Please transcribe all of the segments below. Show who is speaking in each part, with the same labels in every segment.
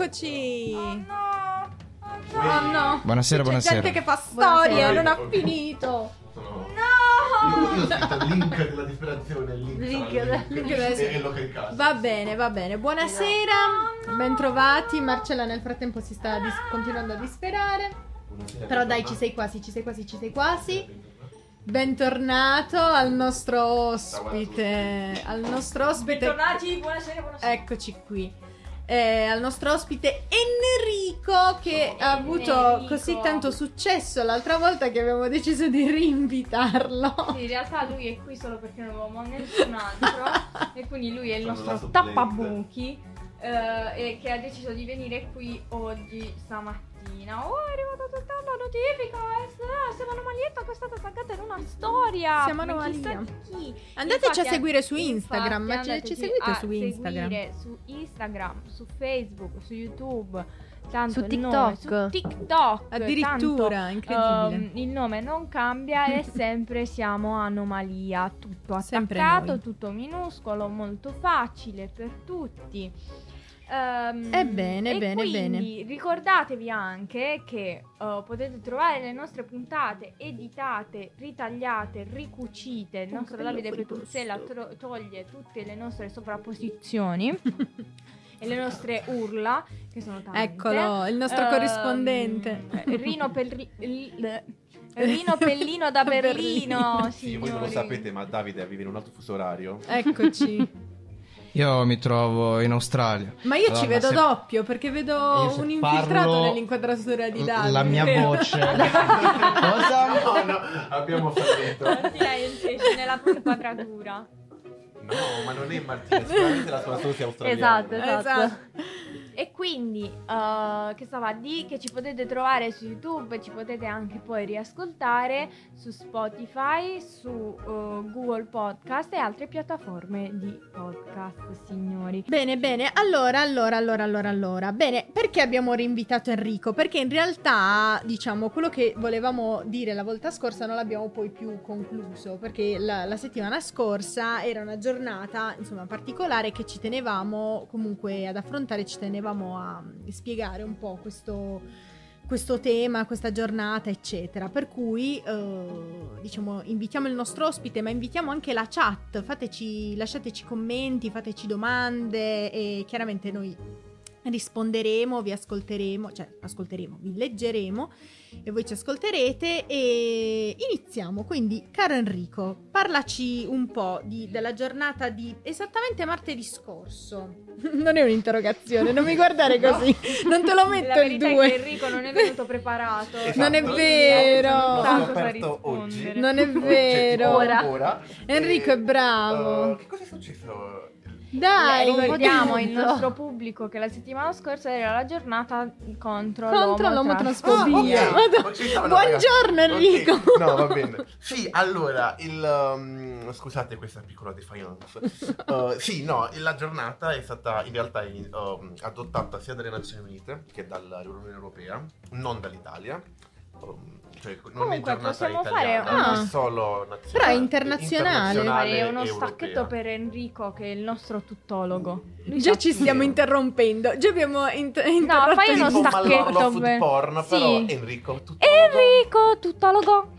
Speaker 1: Eccoci!
Speaker 2: no! Oh no!
Speaker 1: Oh no!
Speaker 3: Buonasera,
Speaker 1: C'è
Speaker 3: buonasera.
Speaker 1: gente che fa
Speaker 4: Buonasera.
Speaker 1: storie, non ha finito.
Speaker 4: Sono...
Speaker 2: No!
Speaker 4: Io, io ho scritto il link della disperazione, il link,
Speaker 1: Link
Speaker 4: sarà il
Speaker 1: della-
Speaker 4: link.
Speaker 1: link della-
Speaker 4: e, e lo cliccate.
Speaker 1: Va bene, va bene. Buonasera, bentrovati. Marcella nel frattempo si sta dis- continuando a disperare.
Speaker 4: Buonasera,
Speaker 1: Però dai, ci sei quasi, ci sei quasi, ci sei quasi. Bentornato al nostro ospite. Al nostro ospite.
Speaker 2: Bentornati, buonasera, buonasera.
Speaker 1: Eccoci qui. Eh, al nostro ospite Enrico che ha avuto
Speaker 2: Enrico.
Speaker 1: così tanto successo l'altra volta che abbiamo deciso di rinvitarlo.
Speaker 2: Sì, in realtà lui è qui solo perché non avevamo nessun altro e quindi lui è il
Speaker 4: Sono la
Speaker 2: nostro
Speaker 4: supplente.
Speaker 2: tappabuchi eh, e che ha deciso di venire qui oggi stamattina. Oh, è arrivata tutta la notifica, eh, s- siamo Anomalietta che è stata taggata in una storia.
Speaker 1: Siamo
Speaker 2: Ma
Speaker 1: Anomalia.
Speaker 2: chissà di chi.
Speaker 1: Andateci a
Speaker 2: Infatti,
Speaker 1: seguire su
Speaker 2: infatti,
Speaker 1: Instagram, ma ci,
Speaker 2: andateci
Speaker 1: ci seguite
Speaker 2: a
Speaker 1: su Instagram.
Speaker 2: seguire Cioè, su Instagram, su Facebook, su YouTube, tanto
Speaker 4: Su
Speaker 2: il nome-
Speaker 4: TikTok.
Speaker 2: su TikTok, tanto
Speaker 1: Addirittura, incredibile.
Speaker 2: Ehm, il nome non cambia e sempre siamo anomalia, tutto
Speaker 1: Sempre
Speaker 2: attaccato,
Speaker 1: noi.
Speaker 2: tutto minuscolo, molto facile per tutti. Ehm,
Speaker 1: Ebbene,
Speaker 2: e
Speaker 1: bene,
Speaker 2: quindi ricordatevi anche che eh, potete trovare le nostre puntate editate, ritagliate, ricucite. Il nostro Davide Petruzzella tro- toglie tutte le nostre sovrapposizioni e le nostre urla, che sono tante.
Speaker 1: Eccolo, il nostro
Speaker 2: Ehm,
Speaker 1: corrispondente.
Speaker 2: Rino, Pelli- l- Rino Pellino da Berlino.
Speaker 4: Sì, voi non lo
Speaker 2: signori.
Speaker 4: sapete, ma Davide vive in un altro fuso orario.
Speaker 1: Eccoci.
Speaker 3: Io mi trovo in Australia.
Speaker 1: Ma io ci
Speaker 3: Madonna,
Speaker 1: vedo
Speaker 3: se-
Speaker 1: doppio perché vedo
Speaker 3: Io se
Speaker 1: un infiltrato
Speaker 3: parlo,
Speaker 1: nell'inquadratura di Davide.
Speaker 3: La mia voce. Cosa?
Speaker 4: No, no, abbiamo fallito.
Speaker 2: Sì, dai, esci nella tua quadratura.
Speaker 4: No, ma non è Martina, sicuramente la sua sosia australiana. Cioè,
Speaker 2: Esatto,
Speaker 1: Esatto.
Speaker 2: esatto. E quindi, eh, che stava a di che ci potete trovare su YouTube, ci potete anche poi riascoltare su Spotify, su eh, Google Podcast e altre piattaforme di podcast, signori.
Speaker 1: Bene, bene. Allora, allora, allora, allora, allora. Bene, perché abbiamo rinvitato Enrico? Perché in realtà, diciamo, quello che volevamo dire la volta scorsa non l'abbiamo poi più concluso, perché la, la settimana scorsa era una giornata, insomma, particolare che ci tenevamo comunque ad affrontare, ci tenevamo a mm, spiegare un po' questo questo tema, questa giornata, eccetera. Per cui, eh, diciamo, invitiamo il nostro ospite, ma invitiamo anche la chat. Fateci, lasciateci commenti, fateci domande e chiaramente noi risponderemo, vi ascolteremo, cioè ascolteremo, vi leggeremo e voi ci ascolterete e iniziamo. Quindi, caro Enrico, parlaci un po' di- della giornata di esattamente martedì scorso. Non è un'interrogazione, non mi guardare così. Non te lo
Speaker 2: La
Speaker 1: metto il
Speaker 2: verità
Speaker 1: 2.
Speaker 2: è che Enrico non è venuto preparato.
Speaker 4: Esatto.
Speaker 1: Non è vero.
Speaker 2: Non
Speaker 4: Sono
Speaker 2: sa cosa
Speaker 4: aperto
Speaker 2: rispondere.
Speaker 4: oggi.
Speaker 1: Non è
Speaker 4: Cioè, tipo,
Speaker 1: vero.
Speaker 4: ora.
Speaker 1: Enrico
Speaker 4: E,
Speaker 1: è bravo.
Speaker 4: eh, che cosa è successo?
Speaker 2: Eh,
Speaker 1: Dai,
Speaker 2: ricordiamo il
Speaker 1: racconta.
Speaker 2: nostro pubblico che la settimana scorsa era la giornata contro,
Speaker 1: contro
Speaker 2: l'omotransfobia.
Speaker 1: l'omotransfobia.
Speaker 4: Ah, ok.
Speaker 1: Madonna.
Speaker 4: Ma ci stavo, no,
Speaker 1: Buongiorno Enrico.
Speaker 4: Ok, No, va bene. Sì, allora, il, um, scusate questa piccola defiance. Uh, sì, no, la giornata è stata in realtà in- um, adottata sia dalle Nazioni Unite che dall'Unione Europea, non dall'Italia. Um, cioè, non
Speaker 2: Comunque,
Speaker 4: è giornata
Speaker 2: possiamo
Speaker 4: italiana,
Speaker 2: fare-
Speaker 1: ah.
Speaker 4: ma è solo nazionale.
Speaker 1: Però è internazionale.
Speaker 2: Fare uno
Speaker 4: e
Speaker 2: stacchetto
Speaker 4: europea.
Speaker 2: per Enrico che è il nostro tuttologo. Lui
Speaker 1: Già
Speaker 2: sa
Speaker 1: ci stiamo
Speaker 2: tutto.
Speaker 1: interrompendo. Già abbiamo int- interrotto
Speaker 2: fai
Speaker 1: il-
Speaker 2: uno
Speaker 4: Tipo
Speaker 2: stacchetto.
Speaker 4: Malorlo food
Speaker 2: beh.
Speaker 4: porn,
Speaker 2: Sì.
Speaker 4: però Enrico tutto
Speaker 2: Enrico, tuttologo.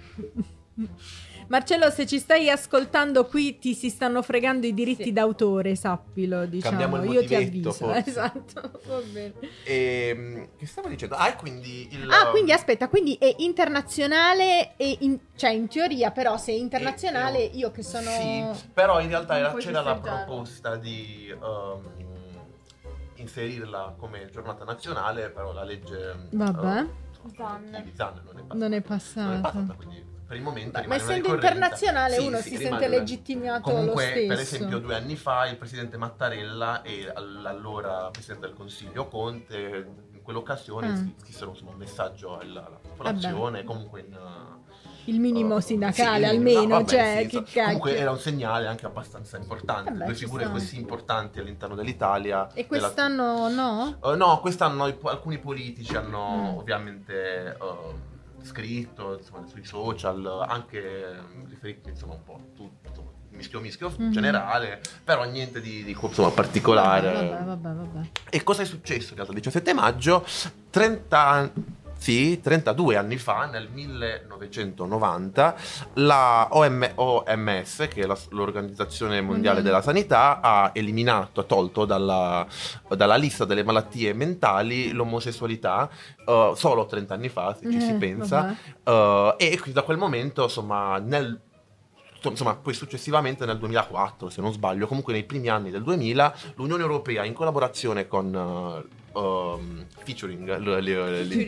Speaker 1: Marcello, se ci stai ascoltando qui ti si stanno fregando i diritti
Speaker 2: Sì.
Speaker 1: d'autore, sappilo, diciamo.
Speaker 4: Cambiamo il
Speaker 1: Io ti
Speaker 4: motivetto,
Speaker 1: avviso.
Speaker 4: forse.
Speaker 1: Esatto, va bene.
Speaker 4: E, che stavo dicendo? Ah, e quindi il...
Speaker 1: Ah, quindi aspetta, quindi è internazionale e in- cioè in teoria però se è internazionale
Speaker 4: Eh, eh,
Speaker 1: io che sono
Speaker 4: Sì, però in realtà
Speaker 1: Non
Speaker 4: era-
Speaker 1: puoi
Speaker 4: c'era la
Speaker 1: festeggiare.
Speaker 4: proposta di ehm, inserirla come giornata nazionale, però la legge...
Speaker 1: Vabbè.
Speaker 4: eh,
Speaker 2: Zan.
Speaker 4: di Zan non è passata.
Speaker 1: non è
Speaker 4: Non è
Speaker 1: passata.
Speaker 4: passata, quindi per il momento...
Speaker 1: Beh, ma
Speaker 4: rimane una
Speaker 1: essendo
Speaker 4: ricorrenza.
Speaker 1: internazionale
Speaker 4: Sì,
Speaker 1: uno
Speaker 4: sì,
Speaker 1: si
Speaker 4: rimane
Speaker 1: sente
Speaker 4: una-
Speaker 1: legitimato
Speaker 4: Comunque,
Speaker 1: lo stesso.
Speaker 4: per esempio, due anni fa il presidente Mattarella e all- l'allora presidente del Consiglio Conte, in quell'occasione,
Speaker 1: Ah.
Speaker 4: scri- scrissero insomma, un messaggio alla, alla popolazione, comunque in, eh,
Speaker 1: il minimo
Speaker 4: eh,
Speaker 1: sindacale
Speaker 4: sì,
Speaker 1: almeno,
Speaker 4: no, vabbè,
Speaker 1: cioè
Speaker 4: sì,
Speaker 1: che
Speaker 4: insomma, Comunque
Speaker 1: cacchio.
Speaker 4: era un segnale anche abbastanza importante,
Speaker 1: Vabbè,
Speaker 4: due
Speaker 1: ci
Speaker 4: figure
Speaker 1: sta.
Speaker 4: così importanti all'interno dell'Italia.
Speaker 1: E
Speaker 4: della-
Speaker 1: quest'anno no?
Speaker 4: Eh, no, quest'anno i po- alcuni politici hanno
Speaker 1: Mm.
Speaker 4: ovviamente mm, eh, scritto insomma, sui social, anche eh, riferito insomma un po' a tutto. mischio mischio
Speaker 1: Mhm.
Speaker 4: generale, però niente di, di, insomma, particolare.
Speaker 1: Vabbè, vabbè, vabbè.
Speaker 4: E cosa è successo? Che il 17 maggio, 30 an- sì, 32 anni fa, nel 1990, la OM- OMS, che è la- l'Organizzazione Mondiale
Speaker 1: Mhm.
Speaker 4: della Sanità, ha eliminato, ha tolto dalla, dalla lista delle malattie mentali l'omosessualità, eh, solo 30 anni fa, se ci si
Speaker 1: Eh,
Speaker 4: pensa.
Speaker 1: vabbè.
Speaker 4: Uh, e quindi da quel momento, insomma, nel- insomma, poi successivamente nel 2004, se non sbaglio, comunque nei primi anni del 2000, l'Unione Europea in collaborazione con uh, um, featuring l- l- l-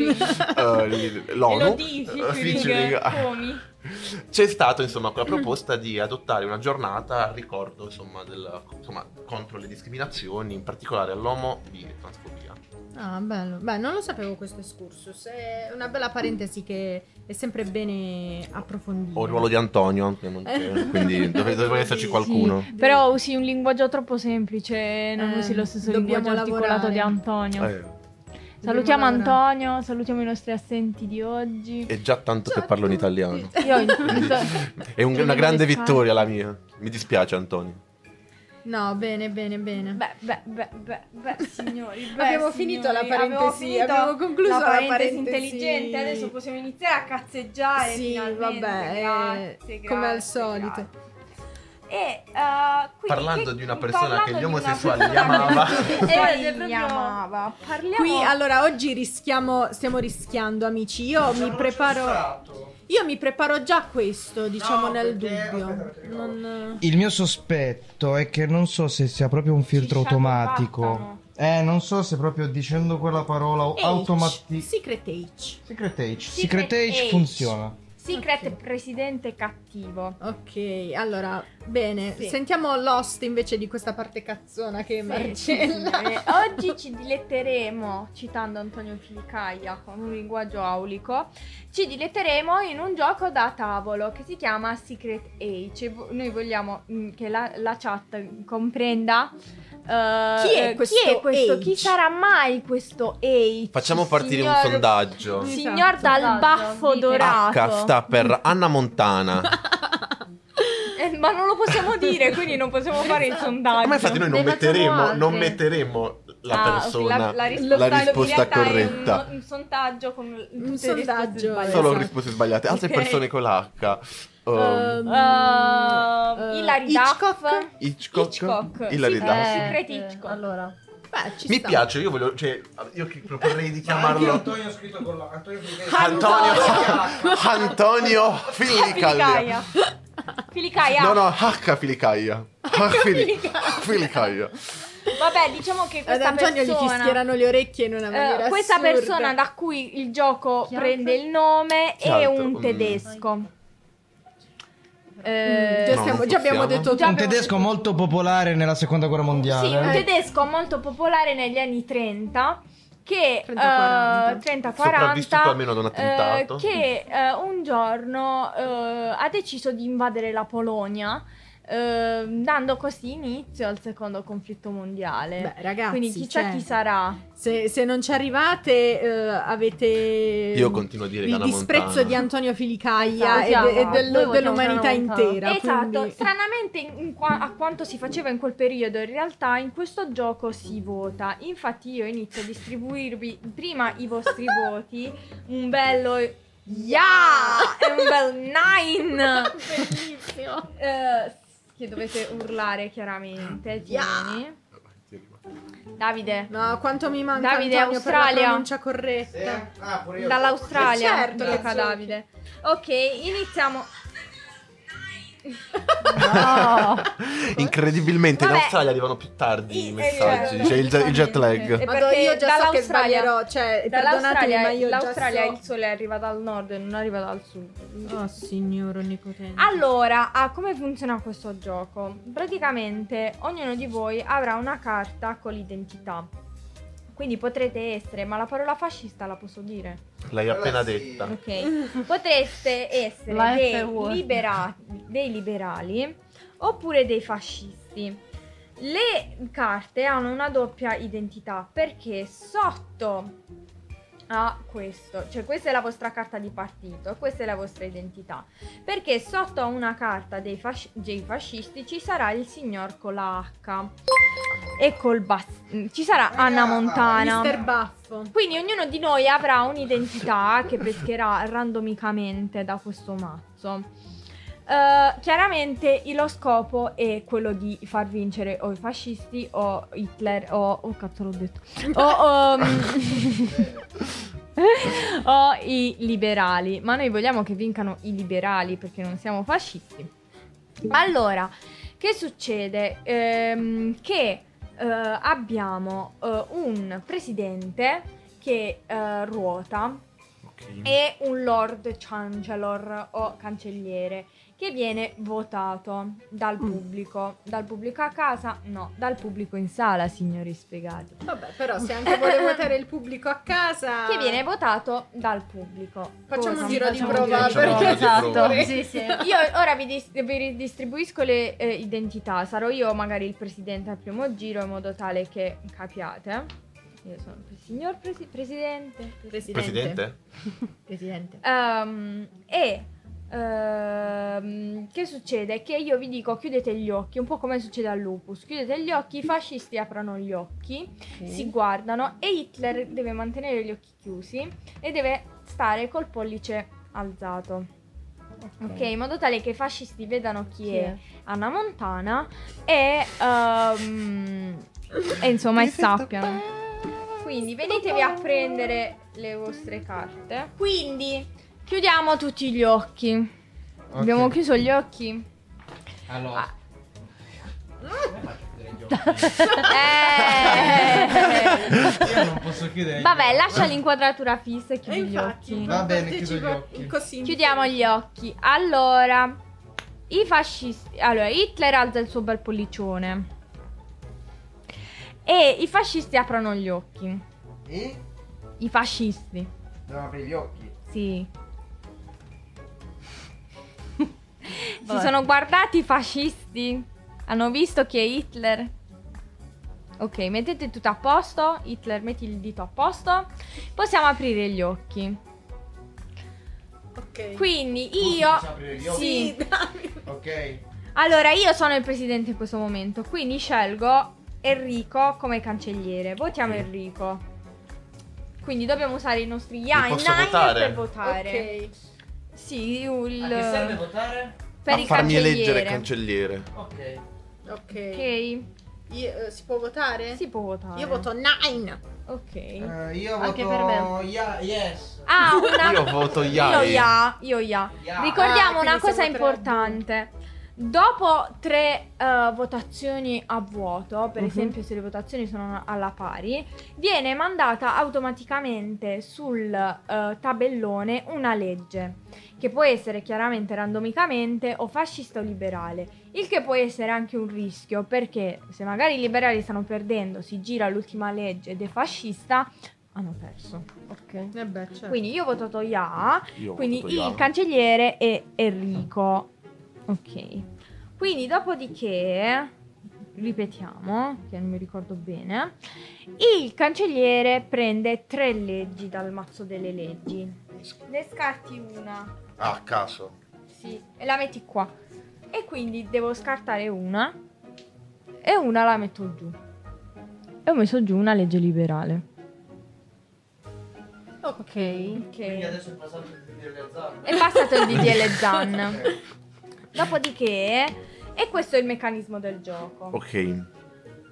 Speaker 4: uh, l- l'ONU,
Speaker 2: Elodie,
Speaker 4: uh,
Speaker 2: featuring eh,
Speaker 4: ah,
Speaker 2: Comi.
Speaker 4: c'è stata insomma quella proposta di adottare una giornata a ricordo insomma, del- insomma, contro le discriminazioni, in particolare all'omo di transfobia.
Speaker 1: Ah, bello. Beh, non lo sapevo questo excursus. È una bella parentesi che è sempre bene approfondire.
Speaker 4: Ho il ruolo di Antonio, che non c'è, quindi dove- dovrebbe esserci qualcuno.
Speaker 1: Sì.
Speaker 2: Però usi un linguaggio troppo semplice, non
Speaker 1: Eh,
Speaker 2: usi lo stesso
Speaker 1: dobbiamo
Speaker 2: linguaggio articolato
Speaker 1: lavorare.
Speaker 2: di Antonio.
Speaker 4: Eh,
Speaker 2: salutiamo
Speaker 1: Dobbiamo lavorare.
Speaker 2: Antonio, salutiamo i nostri assenti di oggi.
Speaker 4: è già tanto che
Speaker 1: Ciao a
Speaker 4: parlo in
Speaker 2: Certo.
Speaker 1: tutti.
Speaker 4: italiano.
Speaker 2: Io Esatto.
Speaker 4: È un- una grande vittoria la mia. Mi dispiace, Antonio.
Speaker 1: No, bene, bene, bene.
Speaker 2: Beh, beh, beh, beh, beh, signori. beh,
Speaker 1: Abbiamo finito la
Speaker 2: signori,
Speaker 1: parentesi,
Speaker 2: abbiamo finito
Speaker 1: abbiamo concluso
Speaker 2: la
Speaker 1: la
Speaker 2: parentesi,
Speaker 1: parentesi.
Speaker 2: intelligente. Adesso possiamo iniziare a cazzeggiare.
Speaker 1: Sì,
Speaker 2: finalmente.
Speaker 1: vabbè, eh,
Speaker 2: grazie, grazie,
Speaker 1: come al solito.
Speaker 2: grazie. E, eh, quindi
Speaker 4: Parlando
Speaker 2: che-
Speaker 4: di una persona
Speaker 2: parlando
Speaker 4: che gli
Speaker 2: di una
Speaker 4: omosessuali
Speaker 2: persona che
Speaker 4: amava.
Speaker 2: gli omosessuali li amava. Parliamo
Speaker 1: Qui allora oggi rischiamo, stiamo rischiando amici. Io mi preparo Io mi preparo già questo, diciamo
Speaker 5: No,
Speaker 1: nel
Speaker 5: perché-
Speaker 1: dubbio.
Speaker 5: aspetta, perché-
Speaker 1: Non-
Speaker 3: Il mio sospetto è che non so se sia proprio un filtro
Speaker 2: Ci
Speaker 3: automatico. Eh, non so se proprio dicendo quella parola
Speaker 1: eh, H,
Speaker 3: automatica.
Speaker 1: Secret H.
Speaker 3: Secret Age.
Speaker 2: Secret
Speaker 3: Secret Age
Speaker 2: Age.
Speaker 3: funziona.
Speaker 2: Secret
Speaker 1: Ok.
Speaker 2: presidente cattivo.
Speaker 1: Ok, allora, bene.
Speaker 2: Sì.
Speaker 1: Sentiamo l'host invece di questa parte cazzona che è Marcella.
Speaker 2: Eh, Oggi ci diletteremo, citando Antonio Filicaia con un linguaggio aulico, ci diletteremo in un gioco da tavolo che si chiama Secret Age. E vo- Noi vogliamo mm, che la, la chat comprenda eh,
Speaker 1: Chi è
Speaker 2: eh,
Speaker 1: questo Age?
Speaker 2: chi sarà mai questo Age.
Speaker 4: Facciamo partire un
Speaker 2: signor-
Speaker 4: sondaggio. Ah,
Speaker 2: Signor
Speaker 1: Esatto.
Speaker 2: dal baffo
Speaker 6: Dite.
Speaker 2: dorato.
Speaker 4: H sta per Anna Montana.
Speaker 2: Eh, ma non lo possiamo dire, quindi non possiamo fare
Speaker 1: Esatto.
Speaker 2: il sondaggio.
Speaker 4: Come infatti noi non
Speaker 6: Ne facciamo
Speaker 4: metteremo, non
Speaker 6: altre.
Speaker 4: metteremo la
Speaker 2: Ah, ok,
Speaker 4: persona,
Speaker 2: la, la risposta,
Speaker 4: la
Speaker 2: in
Speaker 4: risposta
Speaker 2: realtà è un-
Speaker 4: corretta.
Speaker 2: Un, sondaggio con tutte le
Speaker 1: sondaggio,
Speaker 2: risposte sbagliate.
Speaker 4: Solo
Speaker 1: Esatto.
Speaker 4: risposte sbagliate. Altre
Speaker 2: Ok.
Speaker 4: persone con la H. Um,
Speaker 1: Ehm,
Speaker 2: Ehm,
Speaker 1: eh,
Speaker 2: Hilary
Speaker 1: Hitchcock?
Speaker 2: Duff.
Speaker 4: Hitchcock.
Speaker 2: Hitchcock.
Speaker 4: Hilary
Speaker 2: Sì,
Speaker 4: Duff.
Speaker 2: eh, Secret Hitchcock.
Speaker 6: Allora,
Speaker 1: Beh, ci
Speaker 4: Mi
Speaker 1: sta.
Speaker 4: piace, io voglio. Cioè, io che proporrei di
Speaker 5: Anche
Speaker 4: chiamarlo.
Speaker 5: Antonio scritto con la Antonio
Speaker 4: Antonio.
Speaker 5: Antonio.
Speaker 4: Antonio Filicaia.
Speaker 2: Filicaia. Filicaia.
Speaker 4: No, no, H Filicaia. H Filicaia.
Speaker 2: Vabbè, diciamo che
Speaker 1: Ad
Speaker 2: questa
Speaker 1: Antonio gli
Speaker 2: persona...
Speaker 1: fischieranno le orecchie in una
Speaker 2: eh,
Speaker 1: maniera
Speaker 2: questa
Speaker 1: assurda.
Speaker 2: persona da cui il gioco
Speaker 6: Chi
Speaker 2: prende
Speaker 6: altro?
Speaker 2: il nome
Speaker 4: Chi
Speaker 2: è
Speaker 4: altro?
Speaker 2: un
Speaker 4: Mm.
Speaker 2: tedesco.
Speaker 1: Mm,
Speaker 2: Eh,
Speaker 1: già,
Speaker 4: No,
Speaker 1: stiamo-
Speaker 4: non
Speaker 1: già abbiamo
Speaker 4: possiamo.
Speaker 1: detto
Speaker 2: Già
Speaker 1: tutto.
Speaker 3: Un tedesco molto popolare nella seconda guerra mondiale.
Speaker 2: Sì, un
Speaker 1: eh.
Speaker 2: tedesco molto popolare negli anni 30 che
Speaker 1: 30-40.
Speaker 2: eh, 30-40,
Speaker 4: Sopravvissuto almeno ad un attentato.
Speaker 2: eh, che eh, un giorno eh, ha deciso di invadere la Polonia eh, dando così inizio al secondo conflitto mondiale.
Speaker 1: Beh, ragazzi,
Speaker 2: Eh, Quindi chissà
Speaker 1: cioè,
Speaker 2: chi sarà.
Speaker 1: Se, se non ci arrivate, eh, avete
Speaker 4: Io continuo a dire che
Speaker 1: il
Speaker 4: Anna
Speaker 1: disprezzo
Speaker 4: Montana.
Speaker 1: di Antonio Filicaia
Speaker 2: Esatto,
Speaker 1: e, de- e
Speaker 2: siamo-
Speaker 1: del-
Speaker 6: noi vogliamo
Speaker 1: dell'umanità
Speaker 6: Anna Montana.
Speaker 1: intera.
Speaker 2: Esatto,
Speaker 1: quindi-
Speaker 2: stranamente in- in qua- a quanto si faceva in quel periodo, in realtà in questo gioco si vota. Infatti io inizio a distribuirvi prima i vostri voti, un bello yeah e un bel nine
Speaker 6: bellissimo.
Speaker 2: eh, che dovete urlare chiaramente.
Speaker 1: Yeah.
Speaker 2: Tieni. Davide,
Speaker 1: No, quanto mi manca
Speaker 2: Davide,
Speaker 1: Antonio per la
Speaker 2: Australia. Eh.
Speaker 1: pronuncia corretta.
Speaker 5: Ah, pure io.
Speaker 2: dall'Australia,
Speaker 1: Certo che
Speaker 2: tocca a
Speaker 1: sì.
Speaker 2: Davide. Ok, iniziamo.
Speaker 4: Incredibilmente in
Speaker 2: Vabbè.
Speaker 4: Australia arrivano più tardi
Speaker 2: Eh,
Speaker 4: i messaggi.
Speaker 2: certo.
Speaker 4: C'è il, il jet
Speaker 2: Eh,
Speaker 4: lag.
Speaker 1: Madò,
Speaker 2: perché
Speaker 1: io già so che
Speaker 2: dall'Australia-
Speaker 1: sbaglierò, cioè, perdonatemi,
Speaker 2: Dall'Australia
Speaker 1: ma io già
Speaker 2: l'Australia
Speaker 1: so.
Speaker 2: il sole arriva dal nord e non arriva dal sud.
Speaker 1: Oh, signor onnipotente.
Speaker 2: Allora, ah, come funziona questo gioco? Praticamente ognuno di voi avrà una carta con l'identità. Quindi potrete essere, ma la parola fascista la posso dire.
Speaker 4: L'hai appena
Speaker 5: Allora sì.
Speaker 4: detta.
Speaker 2: Ok. Potreste essere
Speaker 6: La F
Speaker 2: dei,
Speaker 6: word.
Speaker 2: libera- dei liberali oppure dei fascisti. Le carte hanno una doppia identità perché sotto a questo, cioè questa è la vostra carta di partito, questa è la vostra identità, perché sotto a una carta dei, fasci- dei fascisti ci sarà il signor con la H e col bas- ci sarà Anna Montana.
Speaker 1: Mister Baffo.
Speaker 2: Quindi ognuno di noi avrà un'identità che pescherà randomicamente da questo mazzo. Eh, chiaramente il- lo scopo è quello di far vincere o i fascisti o Hitler o... Oh cazzo l'ho detto. O, o- o i liberali. Ma noi vogliamo che vincano i liberali perché non siamo fascisti. Allora, che succede? Ehm, che eh, abbiamo eh, un presidente che eh, ruota
Speaker 4: Ok.
Speaker 2: e un Lord Chancellor o cancelliere che viene votato dal pubblico. Dal pubblico a casa? No, dal pubblico in sala, signori spiegati.
Speaker 1: Vabbè, però se anche vuole votare il pubblico a casa...
Speaker 2: Che viene votato dal pubblico.
Speaker 1: Ah. Facciamo
Speaker 2: Cosa?
Speaker 1: un giro di
Speaker 5: Facciamo
Speaker 1: prova
Speaker 4: un giro di
Speaker 1: perché...
Speaker 4: prova. Esatto.
Speaker 5: Sì, sì.
Speaker 2: Io ora vi, dis- vi ridistribuisco le eh, identità. Sarò io magari il presidente al primo giro in modo tale che capiate. Io sono il signor presi- presidente.
Speaker 4: Presidente?
Speaker 5: Presidente.
Speaker 2: Ehm, e ehm, che succede? Che io vi dico chiudete gli occhi, un po' come succede al lupus. Chiudete gli occhi, i fascisti aprono gli occhi, si guardano e Hitler deve mantenere gli occhi chiusi e deve stare col pollice alzato. Ok, in modo tale che i fascisti vedano chi,
Speaker 5: Chi
Speaker 2: è,
Speaker 5: è?
Speaker 2: Anna Montana e, ehm, e insomma e sappiano. Quindi venitevi a prendere le vostre carte. Quindi chiudiamo tutti gli occhi. Abbiamo chiuso gli occhi.
Speaker 6: Allora.
Speaker 2: Ah.
Speaker 6: Come faccio a chiudere gli occhi?
Speaker 2: Eh.
Speaker 6: Io non posso chiudere. gli
Speaker 2: Vabbè,
Speaker 6: occhi.
Speaker 2: lascia l'inquadratura fissa e
Speaker 1: E
Speaker 2: chiudi gli
Speaker 1: infatti,
Speaker 2: occhi.
Speaker 6: Va bene,
Speaker 1: partecipa
Speaker 6: chiudo gli occhi.
Speaker 1: in così.
Speaker 2: Chiudiamo gli occhi. Allora, i fascisti. Allora, Hitler alza il suo bel pollicione. E i fascisti aprono gli occhi.
Speaker 3: E?
Speaker 2: I fascisti.
Speaker 3: Devo aprire gli occhi.
Speaker 2: Sì. si
Speaker 5: Vabbè.
Speaker 2: sono guardati i fascisti. Hanno visto chi è Hitler. Ok, mettete tutto a posto. Hitler, metti il dito a posto. Possiamo aprire gli occhi.
Speaker 1: Ok.
Speaker 2: Quindi
Speaker 6: Posso
Speaker 2: io.
Speaker 6: aprire gli occhi?
Speaker 1: Sì,
Speaker 2: Sì.
Speaker 1: dai.
Speaker 6: Ok.
Speaker 2: Allora, io sono il presidente in questo momento. Quindi scelgo Enrico come cancelliere. Votiamo Enrico. Quindi dobbiamo usare i nostri yang
Speaker 4: posso
Speaker 2: nine
Speaker 4: votare?
Speaker 2: per votare.
Speaker 1: Ok.
Speaker 2: Sì, il...
Speaker 6: A Ah, che serve votare?
Speaker 2: per
Speaker 4: a
Speaker 2: il
Speaker 4: farmi eleggere
Speaker 2: cancelliere.
Speaker 4: il cancelliere.
Speaker 6: Ok.
Speaker 1: Ok.
Speaker 2: Ok,
Speaker 1: Io- eh, si può votare?
Speaker 2: si può votare.
Speaker 1: Io voto 9.
Speaker 2: Ok.
Speaker 6: Eh, io voto
Speaker 5: Anche per me.
Speaker 6: ya- yes.
Speaker 2: Ah, una...
Speaker 4: Io voto
Speaker 2: Io
Speaker 4: Yai.
Speaker 2: ya, io ya.
Speaker 6: Ya.
Speaker 1: Ah,
Speaker 2: Ricordiamo
Speaker 1: quindi
Speaker 2: una cosa
Speaker 1: siamo tre a
Speaker 2: importante. Dopo tre eh, votazioni a vuoto, per
Speaker 1: Mhm.
Speaker 2: esempio se le votazioni sono alla pari, viene mandata automaticamente sul eh, tabellone una legge, che può essere chiaramente randomicamente o fascista o liberale, il che può essere anche un rischio, perché se magari i liberali stanno perdendo, si gira l'ultima legge ed è fascista, hanno perso.
Speaker 5: Ok.
Speaker 1: Eh beh, certo.
Speaker 2: Quindi io ho votato Ya.
Speaker 4: Io ho
Speaker 2: Quindi
Speaker 4: votato
Speaker 2: il
Speaker 4: Yai.
Speaker 2: cancelliere è Enrico. Ok. Quindi dopodiché, ripetiamo, che non mi ricordo bene, il cancelliere prende tre leggi dal mazzo delle leggi. Ne scarti una,
Speaker 4: Ah, a caso.
Speaker 2: sì, e la metti qua. E quindi devo scartare una e una la metto giù. E ho messo giù una legge liberale.
Speaker 5: Ok.
Speaker 6: Quindi
Speaker 2: Ok.
Speaker 6: adesso è passato il video del Zan.
Speaker 2: È passato il DDL Zan. Dopodiché, e questo è il meccanismo del gioco.
Speaker 4: Ok.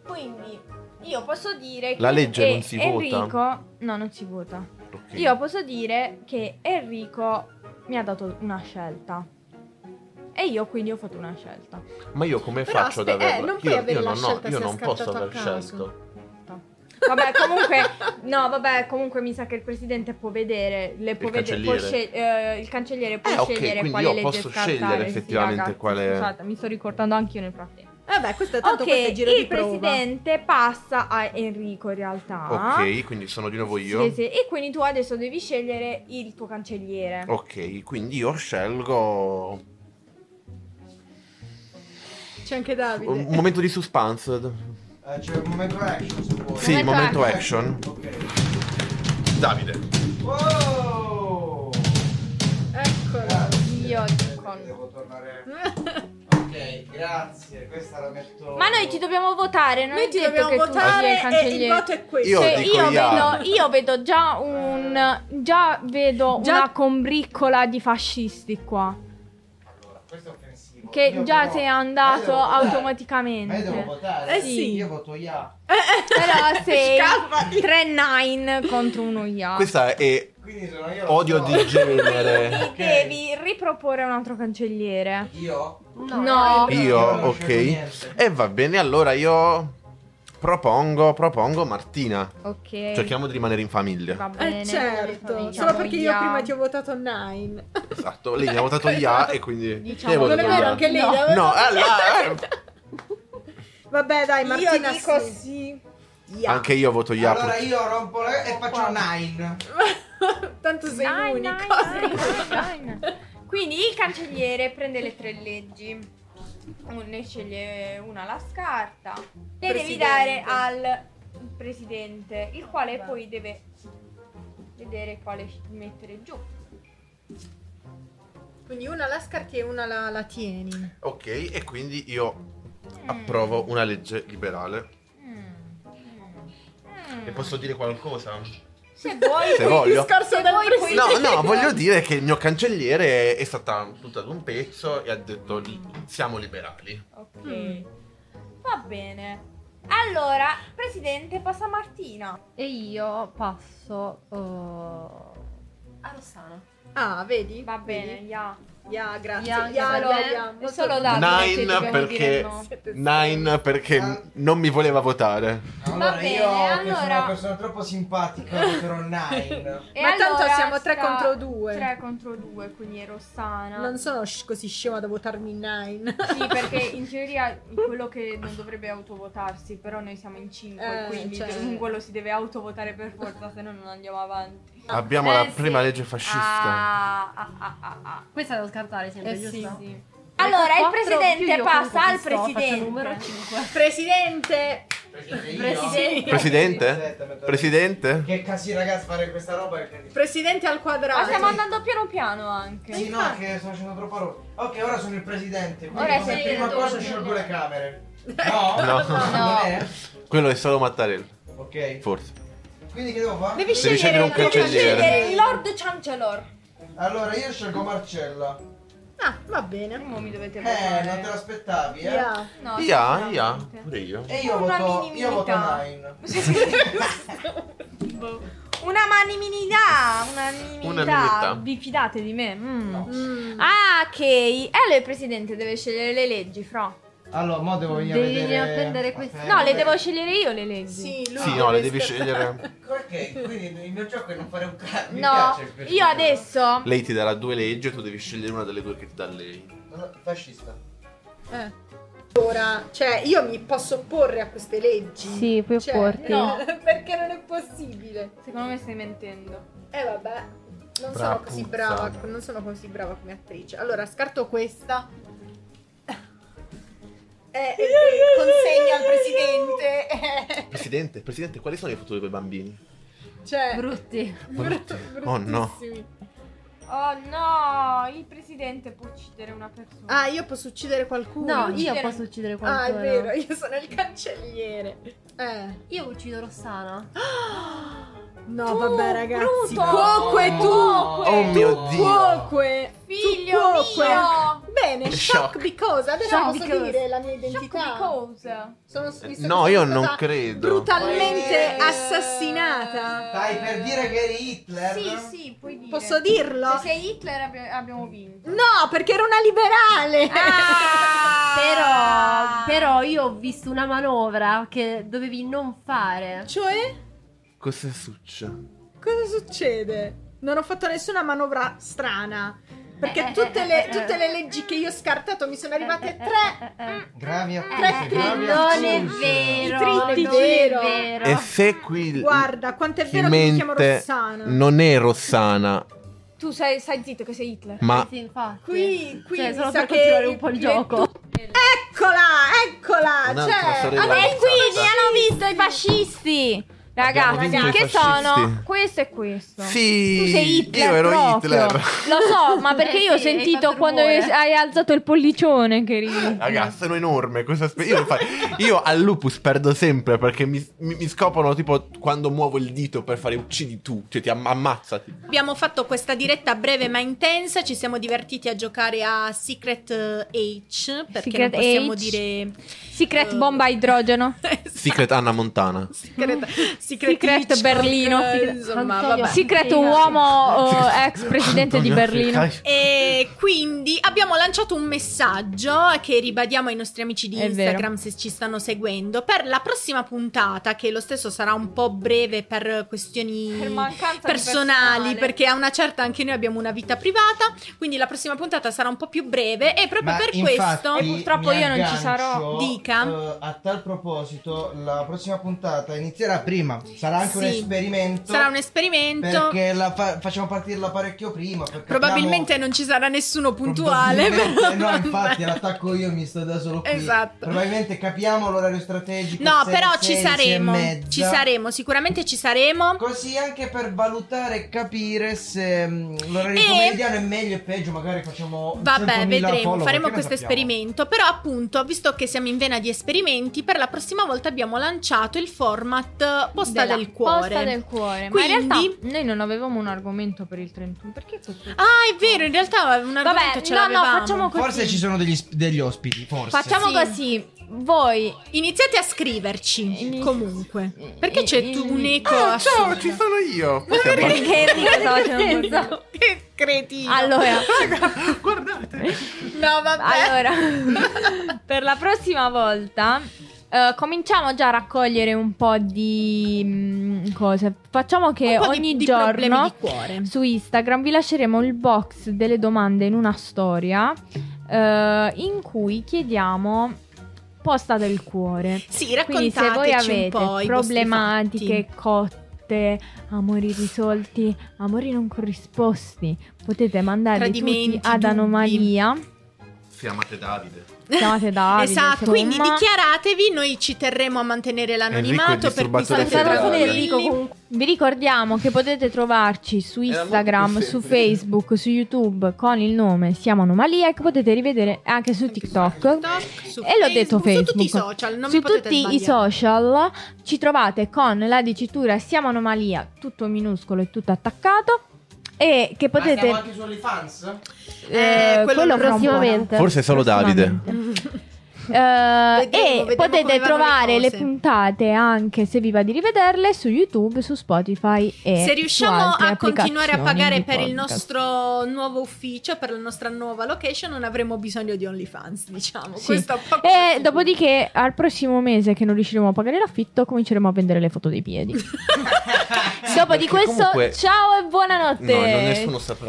Speaker 2: Quindi io posso dire che
Speaker 4: La legge
Speaker 2: e-
Speaker 4: non si
Speaker 2: Enrico,
Speaker 4: vota?
Speaker 2: no, non si vota.
Speaker 4: ok.
Speaker 2: Io posso dire che Enrico mi ha dato una scelta. E io quindi ho fatto una scelta.
Speaker 4: Ma io come
Speaker 1: Però
Speaker 4: faccio ad
Speaker 1: aspe- eh,
Speaker 4: averla?
Speaker 1: non puoi
Speaker 4: io, io
Speaker 1: avere
Speaker 4: non,
Speaker 1: la
Speaker 4: ho-
Speaker 1: scelta
Speaker 4: io
Speaker 1: se
Speaker 4: non
Speaker 1: è
Speaker 4: posso
Speaker 1: scattato a
Speaker 4: aver
Speaker 1: caso.
Speaker 4: scelto.
Speaker 2: Vabbè, comunque no, vabbè, comunque mi sa che il presidente può vedere, le può
Speaker 4: Il
Speaker 2: vedere, può
Speaker 4: cancelliere.
Speaker 2: scel- eh, il cancelliere può
Speaker 4: Eh, ok,
Speaker 2: scegliere
Speaker 4: quindi
Speaker 2: quale
Speaker 4: io
Speaker 2: legge
Speaker 4: posso
Speaker 2: scartare.
Speaker 4: scegliere
Speaker 2: Sì,
Speaker 4: effettivamente
Speaker 2: ragazzi,
Speaker 4: quale-
Speaker 2: Scusate, mi sto ricordando anch'io nel frattempo.
Speaker 1: Vabbè, Eh questo è tanto
Speaker 2: Ok,
Speaker 1: questo è giro
Speaker 2: il
Speaker 1: di prova.
Speaker 2: presidente passa a Enrico in realtà.
Speaker 4: Ok, quindi sono di nuovo io.
Speaker 2: Ah? Sì, sì, E quindi tu adesso devi scegliere il tuo cancelliere.
Speaker 4: Oh. Ok, quindi io scelgo.
Speaker 1: C'è anche Davide.
Speaker 4: Un momento di suspense.
Speaker 3: Eh, c'è un momento action se vuoi.
Speaker 4: Sì,
Speaker 2: Momento
Speaker 4: momento action.
Speaker 2: action.
Speaker 3: Ok.
Speaker 4: Davide.
Speaker 6: Wow!
Speaker 1: Eccolo.
Speaker 6: Grazie.
Speaker 2: Io con-
Speaker 6: Devo tornare. Ok, grazie. Questa la metto.
Speaker 2: Ma noi ti dobbiamo votare, non
Speaker 1: Noi
Speaker 2: è
Speaker 1: ti
Speaker 2: detto
Speaker 1: dobbiamo
Speaker 2: che tu
Speaker 1: votare
Speaker 2: sia
Speaker 1: e il
Speaker 2: cancelliere.
Speaker 1: voto è questo.
Speaker 4: Io
Speaker 2: Cioè,
Speaker 4: dico
Speaker 2: io,
Speaker 4: Ian.
Speaker 2: vedo, io vedo già un già vedo
Speaker 1: Già-
Speaker 2: una combriccola di fascisti qua
Speaker 6: Allora, questo è offensivo.
Speaker 2: che
Speaker 6: Io
Speaker 2: già
Speaker 6: però-
Speaker 2: sei
Speaker 6: Ma io
Speaker 2: andato
Speaker 6: devo votare. Ma io devo
Speaker 2: automaticamente
Speaker 6: votare.
Speaker 1: Eh sì.
Speaker 6: Io voto IA.
Speaker 2: però sei
Speaker 1: Scappati.
Speaker 2: 3-9 contro uno IA
Speaker 4: Ah. Questa è
Speaker 6: Quindi sono io. lo
Speaker 4: odio
Speaker 6: so.
Speaker 4: di genere.
Speaker 2: Quindi devi riproporre un altro cancelliere
Speaker 6: Io?
Speaker 2: no,
Speaker 5: No.
Speaker 4: Io,
Speaker 6: non scelgo
Speaker 4: ok.
Speaker 6: niente.
Speaker 4: E va bene, allora io propongo, propongo Martina.
Speaker 2: ok
Speaker 4: Cerchiamo di rimanere in famiglia.
Speaker 2: va bene
Speaker 1: Eh certo,
Speaker 2: Diciamo
Speaker 1: solo perché io
Speaker 2: IA.
Speaker 1: prima ti ho votato Nine.
Speaker 4: Esatto, lei mi ha votato IA e quindi...
Speaker 2: Diciamo,
Speaker 4: lei ha votato
Speaker 1: Non è
Speaker 2: non
Speaker 1: vero
Speaker 4: IA.
Speaker 1: anche lei?
Speaker 2: No.
Speaker 1: l'aveva
Speaker 4: No, eh. ah,
Speaker 1: votato-
Speaker 4: allora,
Speaker 1: Vabbè dai Martina
Speaker 5: Io dico
Speaker 1: sì.
Speaker 5: sì.
Speaker 1: Yeah.
Speaker 4: anche io voto IA.
Speaker 6: Allora io rompo la... e faccio 9.
Speaker 1: Tanto sei
Speaker 2: Dai,
Speaker 1: l'unico.
Speaker 2: dai, dai, dai, dai. Quindi il cancelliere prende le tre leggi. Un- Ne sceglie una alla scarta. Le devi
Speaker 1: Presidente.
Speaker 2: dare al presidente, il quale poi deve vedere quale sc- mettere giù. Mm.
Speaker 1: Quindi una la scarti e una la, la tieni.
Speaker 4: Ok, e quindi io approvo una legge liberale.
Speaker 2: Mm, mm, mm.
Speaker 4: E posso dire qualcosa?
Speaker 2: Se vuoi,
Speaker 4: Se voglio.
Speaker 1: Il discorso
Speaker 2: Se
Speaker 1: del
Speaker 2: vuoi, puoi-
Speaker 1: presidente.
Speaker 4: No, no, voglio dire che il mio cancelliere è, è stata tutta ad un pezzo e ha detto "Li- siamo liberali.
Speaker 2: Ok.
Speaker 1: Mm.
Speaker 2: Va bene. Allora, presidente, passa Martina.
Speaker 5: E io passo eh, a Rossana.
Speaker 1: Ah, vedi?
Speaker 2: Va bene,
Speaker 1: Vedi?
Speaker 2: ya.
Speaker 1: Ya, grazie.
Speaker 5: Ya,
Speaker 1: Ya,
Speaker 5: anche
Speaker 1: lo
Speaker 5: per me.
Speaker 1: odiamo.
Speaker 2: È solo
Speaker 1: da
Speaker 2: da
Speaker 4: Nine perché-
Speaker 1: Siete
Speaker 4: Nine perché
Speaker 6: Ah.
Speaker 4: non mi voleva votare.
Speaker 6: Allora
Speaker 2: bene,
Speaker 6: io che sono
Speaker 2: allora-
Speaker 6: una persona troppo simpatica voterò 9.
Speaker 1: Ma tanto siamo tre contro due.
Speaker 2: 3 contro 2, quindi è Rossana.
Speaker 1: Non sono sc- così scema da votarmi Nine.
Speaker 2: Sì, perché in teoria quello che non dovrebbe autovotarsi, però noi siamo in 5,
Speaker 1: Eh,
Speaker 2: quindi
Speaker 1: cioè.
Speaker 2: un quello si deve autovotare per forza, se no non andiamo avanti.
Speaker 4: Abbiamo
Speaker 2: Eh,
Speaker 4: la
Speaker 2: sì.
Speaker 4: prima legge fascista.
Speaker 2: Ah, ah, ah, ah, ah.
Speaker 5: Questa è da scartare sempre,
Speaker 1: Eh, sì,
Speaker 5: giusto?
Speaker 2: Sì. Allora, il presidente passa al presidente.
Speaker 5: 5.
Speaker 1: Presidente! Presidente.
Speaker 4: Presidente? Presidente?
Speaker 6: Che casino ragazzi fare questa roba è credibile.
Speaker 1: Presidente al quadrato.
Speaker 2: Ma stiamo andando piano piano anche.
Speaker 6: Sì, no, che sto facendo troppa roba. Ok, ora sono il presidente. Quindi
Speaker 2: Ora
Speaker 6: come
Speaker 2: sei
Speaker 6: prima
Speaker 5: il
Speaker 6: cosa
Speaker 5: dono.
Speaker 6: scelgo le camere. No,
Speaker 4: No.
Speaker 6: Non è?
Speaker 4: Quello è solo Mattarella,
Speaker 6: Ok.
Speaker 4: forse.
Speaker 6: Quindi che devo fare?
Speaker 1: Devi scegliere,
Speaker 4: scegliere un
Speaker 1: devi
Speaker 4: cancelliere.
Speaker 1: scegliere
Speaker 2: Il Lord Chancellor.
Speaker 6: Allora io scelgo Marcella.
Speaker 1: Ah, va bene.
Speaker 2: Mo' mi dovete
Speaker 6: Eh,
Speaker 2: votare.
Speaker 6: non te l'aspettavi, eh?
Speaker 1: Ya.
Speaker 2: No,
Speaker 4: IA, IA,
Speaker 2: sicuramente.
Speaker 4: pure io.
Speaker 6: E io
Speaker 2: Una
Speaker 6: voto. Io voto
Speaker 2: minimalità.
Speaker 6: 9.
Speaker 2: Una maniminità, unanimità.
Speaker 4: Unanimità.
Speaker 2: Vi fidate di me? Mm.
Speaker 6: No.
Speaker 1: Mm.
Speaker 2: Ah, ok. E allora il presidente deve scegliere le leggi, fra.
Speaker 6: Allora, mo devo venire
Speaker 5: Devi
Speaker 6: a
Speaker 5: venire a
Speaker 6: vedere.
Speaker 5: prendere questi-
Speaker 6: Ok.
Speaker 2: No, le devo scegliere io le leggi.
Speaker 1: Sì, lui
Speaker 4: Sì, no, le
Speaker 1: deve
Speaker 4: devi
Speaker 1: scar-
Speaker 4: scegliere.
Speaker 6: Ok, quindi il mio gioco è non fare un cazzo. Mi
Speaker 2: No,
Speaker 6: piace questo
Speaker 2: io
Speaker 6: gioco.
Speaker 2: adesso.
Speaker 4: Lei ti darà due leggi e tu devi scegliere una delle due che ti dà lei.
Speaker 6: No, Fascista.
Speaker 1: Eh. Ora, cioè, io mi posso opporre a queste leggi.
Speaker 5: Sì, puoi
Speaker 1: Cioè,
Speaker 5: opporti.
Speaker 1: No, perché non è possibile.
Speaker 2: Secondo me stai mentendo.
Speaker 1: Eh vabbè, non
Speaker 4: Brava
Speaker 1: sono così
Speaker 4: puttana.
Speaker 1: brava, non sono così brava come attrice. Allora, scarto questa. Eh, E, e- e consegna al presidente.
Speaker 4: Presidente, presidente, quali sono i futuri dei bambini?
Speaker 1: cioè,
Speaker 5: Brutti.
Speaker 1: brutto,
Speaker 4: Oh, no.
Speaker 1: bruttissimi.
Speaker 2: Oh no, il presidente può uccidere una persona.
Speaker 1: Ah, io posso uccidere qualcuno?
Speaker 5: No, io
Speaker 2: uccidere-
Speaker 5: posso uccidere qualcuno.
Speaker 1: Ah, è vero, io sono il cancelliere. Eh.
Speaker 5: Io uccido Rossana.
Speaker 1: No,
Speaker 2: Tu,
Speaker 1: vabbè, ragazzi.
Speaker 2: brutto!
Speaker 1: Cuoque tu!
Speaker 4: Oh mio
Speaker 1: Tu
Speaker 4: Dio.
Speaker 1: Cuoque! Tu
Speaker 2: Figlio
Speaker 1: cuoque.
Speaker 2: mio!
Speaker 1: Bene, shock,
Speaker 4: Shock.
Speaker 1: because. Adesso
Speaker 5: Shock
Speaker 1: posso
Speaker 5: because.
Speaker 1: dire la mia
Speaker 2: Shock
Speaker 1: identità.
Speaker 2: because.
Speaker 1: Sono, visto che
Speaker 4: Eh, No,
Speaker 1: sono
Speaker 4: io
Speaker 1: stata
Speaker 4: non credo.
Speaker 1: Brutalmente
Speaker 6: Eh.
Speaker 1: assassinata.
Speaker 6: Dai, per dire che eri Hitler.
Speaker 2: Sì, sì, puoi dire.
Speaker 1: Posso dirlo?
Speaker 2: Se sei Hitler abbi- abbiamo vinto.
Speaker 1: No, perché era una liberale.
Speaker 5: Ah.
Speaker 2: Ah!
Speaker 5: Però, però io ho visto una manovra che dovevi non fare.
Speaker 1: Cioè,
Speaker 4: Cosa succede?
Speaker 1: cosa succede? Non ho fatto nessuna manovra strana. Perché
Speaker 5: Eh,
Speaker 1: tutte
Speaker 5: eh,
Speaker 1: le,
Speaker 5: eh,
Speaker 1: tutte
Speaker 5: eh.
Speaker 1: le leggi che io ho scartato mi sono
Speaker 5: Eh,
Speaker 1: arrivate
Speaker 5: eh,
Speaker 1: tre.
Speaker 5: eh, eh, eh.
Speaker 6: Gravi
Speaker 1: Tre
Speaker 6: accuse,
Speaker 5: Eh,
Speaker 1: Grazie,
Speaker 5: eh,
Speaker 6: gravi
Speaker 5: non
Speaker 1: grazie.
Speaker 5: è
Speaker 6: accuse.
Speaker 5: vero, non
Speaker 1: Tritti,
Speaker 5: è
Speaker 1: vero.
Speaker 5: vero.
Speaker 4: E se qui
Speaker 1: Guarda, quanto è
Speaker 4: chi
Speaker 1: vero che mi chiamo
Speaker 4: mente
Speaker 1: Rossana.
Speaker 4: non è Rossana,
Speaker 2: Tu sei, stai zitto che sei Hitler.
Speaker 4: ma
Speaker 5: Sì, infatti.
Speaker 1: Qui, qui
Speaker 5: Cioè,
Speaker 1: mi
Speaker 5: solo
Speaker 1: sa
Speaker 5: per
Speaker 1: che
Speaker 5: continuare un po' il
Speaker 1: le-
Speaker 5: gioco.
Speaker 1: Eccola, eccola.
Speaker 4: Un'altra
Speaker 1: cioè,
Speaker 4: sorella
Speaker 2: Ah,
Speaker 1: allora-
Speaker 4: rossa.
Speaker 2: E quindi hanno visto i fascisti. Ragazzi,
Speaker 4: vinto i
Speaker 2: che
Speaker 4: fascisti.
Speaker 2: sono questo e questo.
Speaker 4: Sì,
Speaker 2: Tu sei Hitler.
Speaker 4: io ero
Speaker 2: proprio.
Speaker 4: Hitler.
Speaker 2: Lo so, ma perché
Speaker 5: Eh
Speaker 2: io ho
Speaker 5: sì, hai
Speaker 2: sentito
Speaker 5: fatto
Speaker 2: quando
Speaker 5: rumore.
Speaker 2: hai alzato il pollicione che ridi.
Speaker 4: Raga, sono enorme. Questa spe- io, infatti- io al lupus perdo sempre perché mi, mi- mi scoprono tipo quando muovo il dito per fare uccidi tu, cioè ti am- ammazzati.
Speaker 1: Abbiamo fatto questa diretta breve ma intensa, ci siamo divertiti a giocare a Secret eh, H, perché
Speaker 2: Secret
Speaker 1: non possiamo
Speaker 2: H.
Speaker 1: dire
Speaker 2: Secret
Speaker 1: Eh.
Speaker 2: bomba a idrogeno.
Speaker 4: Secret Anna Montana.
Speaker 1: Secret, Secret,
Speaker 2: Secret
Speaker 1: Hitchcock,
Speaker 2: Berlino.
Speaker 1: eh, Insomma,
Speaker 5: Antonio.
Speaker 1: vabbè.
Speaker 2: Secret
Speaker 5: Sì, no.
Speaker 2: uomo eh, ex presidente di Berlino.
Speaker 1: E quindi abbiamo lanciato un messaggio che ribadiamo ai nostri amici di
Speaker 2: È vero.
Speaker 1: Instagram se ci stanno seguendo. Per la prossima puntata, che lo stesso sarà un po' breve per questioni
Speaker 2: mancanza
Speaker 1: personali, perché a una certa anche noi abbiamo una vita privata, quindi la prossima puntata sarà un po' più breve e proprio
Speaker 3: Ma
Speaker 1: per
Speaker 3: infatti eh,
Speaker 1: questo
Speaker 2: E purtroppo
Speaker 3: mi
Speaker 2: io non ci
Speaker 3: aggancio,
Speaker 2: sarò.
Speaker 1: Dica.
Speaker 3: eh, a tal proposito, la prossima puntata inizierà prima. Sarà anche un
Speaker 1: Sì.
Speaker 3: esperimento.
Speaker 1: sarà un esperimento.
Speaker 3: Perché la fa- facciamo partirla parecchio prima. perché
Speaker 1: Probabilmente
Speaker 3: abbiamo-
Speaker 1: non ci sarà nessuno puntuale, però
Speaker 3: Probabilmente- Eh, No,
Speaker 1: vabbè.
Speaker 3: infatti, l'attacco io mi sto da solo qui.
Speaker 1: Esatto.
Speaker 3: Probabilmente capiamo l'orario strategico.
Speaker 1: No,
Speaker 3: sei-
Speaker 1: però ci
Speaker 3: sei, sei e
Speaker 1: saremo,
Speaker 3: mezza.
Speaker 1: ci saremo, sicuramente ci saremo.
Speaker 3: Così anche per valutare e capire se mh, l'orario
Speaker 1: E-
Speaker 3: pomeridiano è meglio e peggio, magari facciamo
Speaker 1: Vabbè,
Speaker 3: 100.000
Speaker 1: vedremo,
Speaker 3: follower,
Speaker 1: faremo
Speaker 3: che ne
Speaker 1: questo
Speaker 3: sappiamo?
Speaker 1: esperimento. Però, appunto, visto che siamo in vena di esperimenti, per la prossima volta abbiamo lanciato il format eh, posta
Speaker 2: Della
Speaker 1: del cuore.
Speaker 2: Posta del cuore. Ma in
Speaker 1: Quindi-
Speaker 2: realtà noi non avevamo un argomento per il 31. Perché questo?
Speaker 1: Ah, è vero, in realtà un argomento
Speaker 2: Vabbè,
Speaker 1: ce
Speaker 2: no, no,
Speaker 1: l'avevamo.
Speaker 2: facciamo così.
Speaker 3: Forse ci sono degli, sp- degli ospiti, forse.
Speaker 2: Facciamo
Speaker 1: Sì.
Speaker 2: così. Voi
Speaker 1: Iniziate a scriverci,
Speaker 2: Inizi-
Speaker 1: comunque.
Speaker 2: eh,
Speaker 1: Perché c'è tu
Speaker 2: Inizi-
Speaker 1: un eco
Speaker 4: Ah, ciao,
Speaker 1: assurdo?
Speaker 4: ci sono io.
Speaker 2: perché Enrico no,
Speaker 1: Esatto. Che cretino.
Speaker 2: Allora,
Speaker 1: No, vabbè.
Speaker 2: allora per la prossima volta eh, cominciamo già a raccogliere un po' di mm, cose. Facciamo che
Speaker 1: Un po' di-
Speaker 2: Eh, ogni
Speaker 1: di problemi
Speaker 2: giorno
Speaker 1: di cuore.
Speaker 2: su Instagram vi lasceremo il box delle domande in una storia eh, in cui chiediamo posta del cuore.
Speaker 1: Sì,
Speaker 2: Quindi se voi
Speaker 1: raccontateci un po'
Speaker 2: avete
Speaker 1: i vostri
Speaker 2: problematiche
Speaker 1: fatti.
Speaker 2: cotte, amori risolti, amori non corrisposti, potete mandarli tutti
Speaker 1: Tradimenti,
Speaker 2: ad
Speaker 1: dubbi.
Speaker 2: Anomalia.
Speaker 4: Si amate Davide.
Speaker 2: Chiamate Davide.
Speaker 1: Esatto,
Speaker 2: insomma.
Speaker 1: quindi dichiaratevi, noi ci terremo a mantenere l'anonimato per cui
Speaker 4: disturbatore
Speaker 1: state
Speaker 4: federale.
Speaker 5: Sono
Speaker 1: tranquilli.
Speaker 5: Enrico comunque.
Speaker 2: Vi ricordiamo che potete trovarci su
Speaker 4: Era molto
Speaker 2: Instagram,
Speaker 4: più
Speaker 2: su
Speaker 4: semplice.
Speaker 2: Facebook, su YouTube con il nome Siamo Anomalia e che potete rivedere anche su TikTok.
Speaker 1: su
Speaker 2: E l'ho detto
Speaker 1: Su tutti i
Speaker 2: Facebook.
Speaker 1: social, non
Speaker 2: su
Speaker 1: mi potete
Speaker 2: tutti i
Speaker 1: sbagliare.
Speaker 2: social ci trovate con la dicitura Siamo Anomalia, tutto minuscolo e tutto attaccato. E che
Speaker 6: Ma
Speaker 2: potete.
Speaker 6: siamo anche su OnlyFans?
Speaker 1: Eh, quello
Speaker 2: fra un po'.
Speaker 5: prossimamente.
Speaker 4: Forse solo Davide.
Speaker 2: Prossimamente. Eh,
Speaker 1: Vedremo,
Speaker 2: e
Speaker 1: vedremo come
Speaker 2: potete
Speaker 1: vanno
Speaker 2: trovare
Speaker 1: le
Speaker 2: le,
Speaker 1: cose.
Speaker 2: puntate anche se vi va di rivederle su YouTube, su Spotify e
Speaker 1: Se
Speaker 2: su
Speaker 1: riusciamo
Speaker 2: altre
Speaker 1: a continuare a
Speaker 2: applicazioni
Speaker 1: pagare
Speaker 2: di
Speaker 1: per il
Speaker 2: podcast.
Speaker 1: nostro nuovo ufficio, per la nostra nuova location, non avremo bisogno di OnlyFans, diciamo.
Speaker 2: Sì.
Speaker 1: Questo è un po' come
Speaker 2: E dopodiché al prossimo mese che non riusciremo a pagare l'affitto cominceremo a vendere le foto dei piedi. Dopo di
Speaker 4: Eh, Perché
Speaker 2: questo
Speaker 4: comunque-
Speaker 2: ciao e buonanotte.
Speaker 4: No, non nessuno saprà.